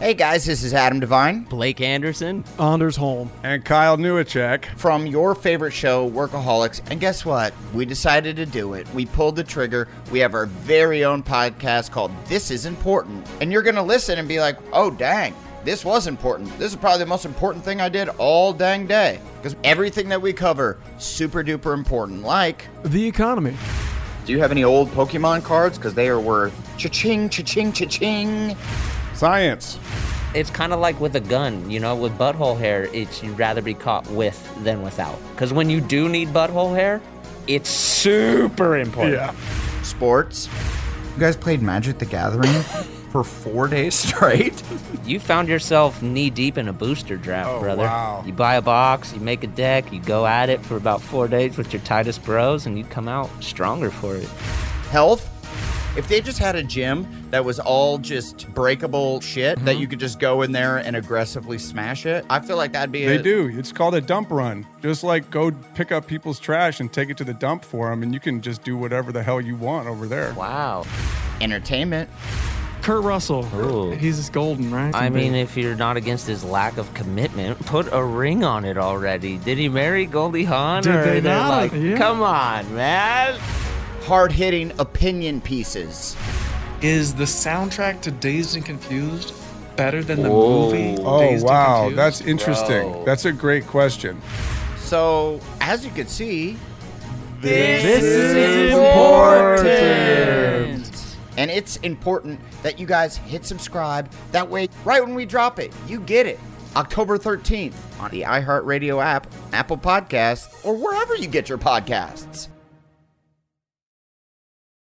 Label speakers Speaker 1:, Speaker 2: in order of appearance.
Speaker 1: Hey guys, this is Adam Devine
Speaker 2: Blake Anderson.
Speaker 3: Anders Holm.
Speaker 4: And Kyle Newacek.
Speaker 1: from your favorite show, Workaholics. And guess what? We decided to do it. We pulled the trigger. We have our very own podcast called This Is Important. And you're going to listen and be like, oh, dang, this was important. This is probably the most important thing I did all dang day. Because everything that we cover, super duper important. Like,
Speaker 3: The economy.
Speaker 1: do you have any old Pokemon cards? Because they are worth cha-ching, cha-ching, cha-ching.
Speaker 4: Science.
Speaker 2: It's kind of like with a gun, you know, with butthole hair, it's you'd rather be caught with than without. Because when you do need butthole hair, it's super important.
Speaker 4: Yeah.
Speaker 1: Sports. You guys played Magic the Gathering for four days straight?
Speaker 2: You found yourself knee deep in a booster draft,
Speaker 4: Oh,
Speaker 2: brother.
Speaker 4: wow.
Speaker 2: You buy a box, you make a deck, you go at it for about four days with your tightest bros, and you come out stronger for it.
Speaker 1: health. If they just had a gym that was all just breakable shit that you could just go in there and aggressively smash it, I feel like that'd be
Speaker 4: They
Speaker 1: a,
Speaker 4: do. It's called a dump run. Just like go pick up people's trash and take it to the dump for them, and you can just do whatever the hell you want over there.
Speaker 2: Wow.
Speaker 1: entertainment.
Speaker 3: Kurt Russell.
Speaker 2: Ooh.
Speaker 3: He's just golden, right?
Speaker 2: I mean, if you're not against his lack of commitment, put a ring on it already. Did he marry Goldie Hawn?
Speaker 3: Did
Speaker 2: or
Speaker 3: they
Speaker 2: they're
Speaker 3: not?
Speaker 2: Like,
Speaker 3: Yeah.
Speaker 2: Come on, man.
Speaker 1: Hard hitting opinion pieces.
Speaker 5: Is the soundtrack to Dazed and Confused better than the
Speaker 2: Whoa.
Speaker 5: movie?
Speaker 4: Oh,
Speaker 5: Dazed and
Speaker 4: wow.
Speaker 5: Confused?
Speaker 4: That's interesting.
Speaker 2: Bro.
Speaker 4: That's a great question.
Speaker 1: So, as you can see,
Speaker 2: This is
Speaker 1: important. And it's important that you guys hit subscribe. That way, right when we drop it, you get it. October 13th on the iHeartRadio app, Apple Podcasts, or wherever you get your podcasts.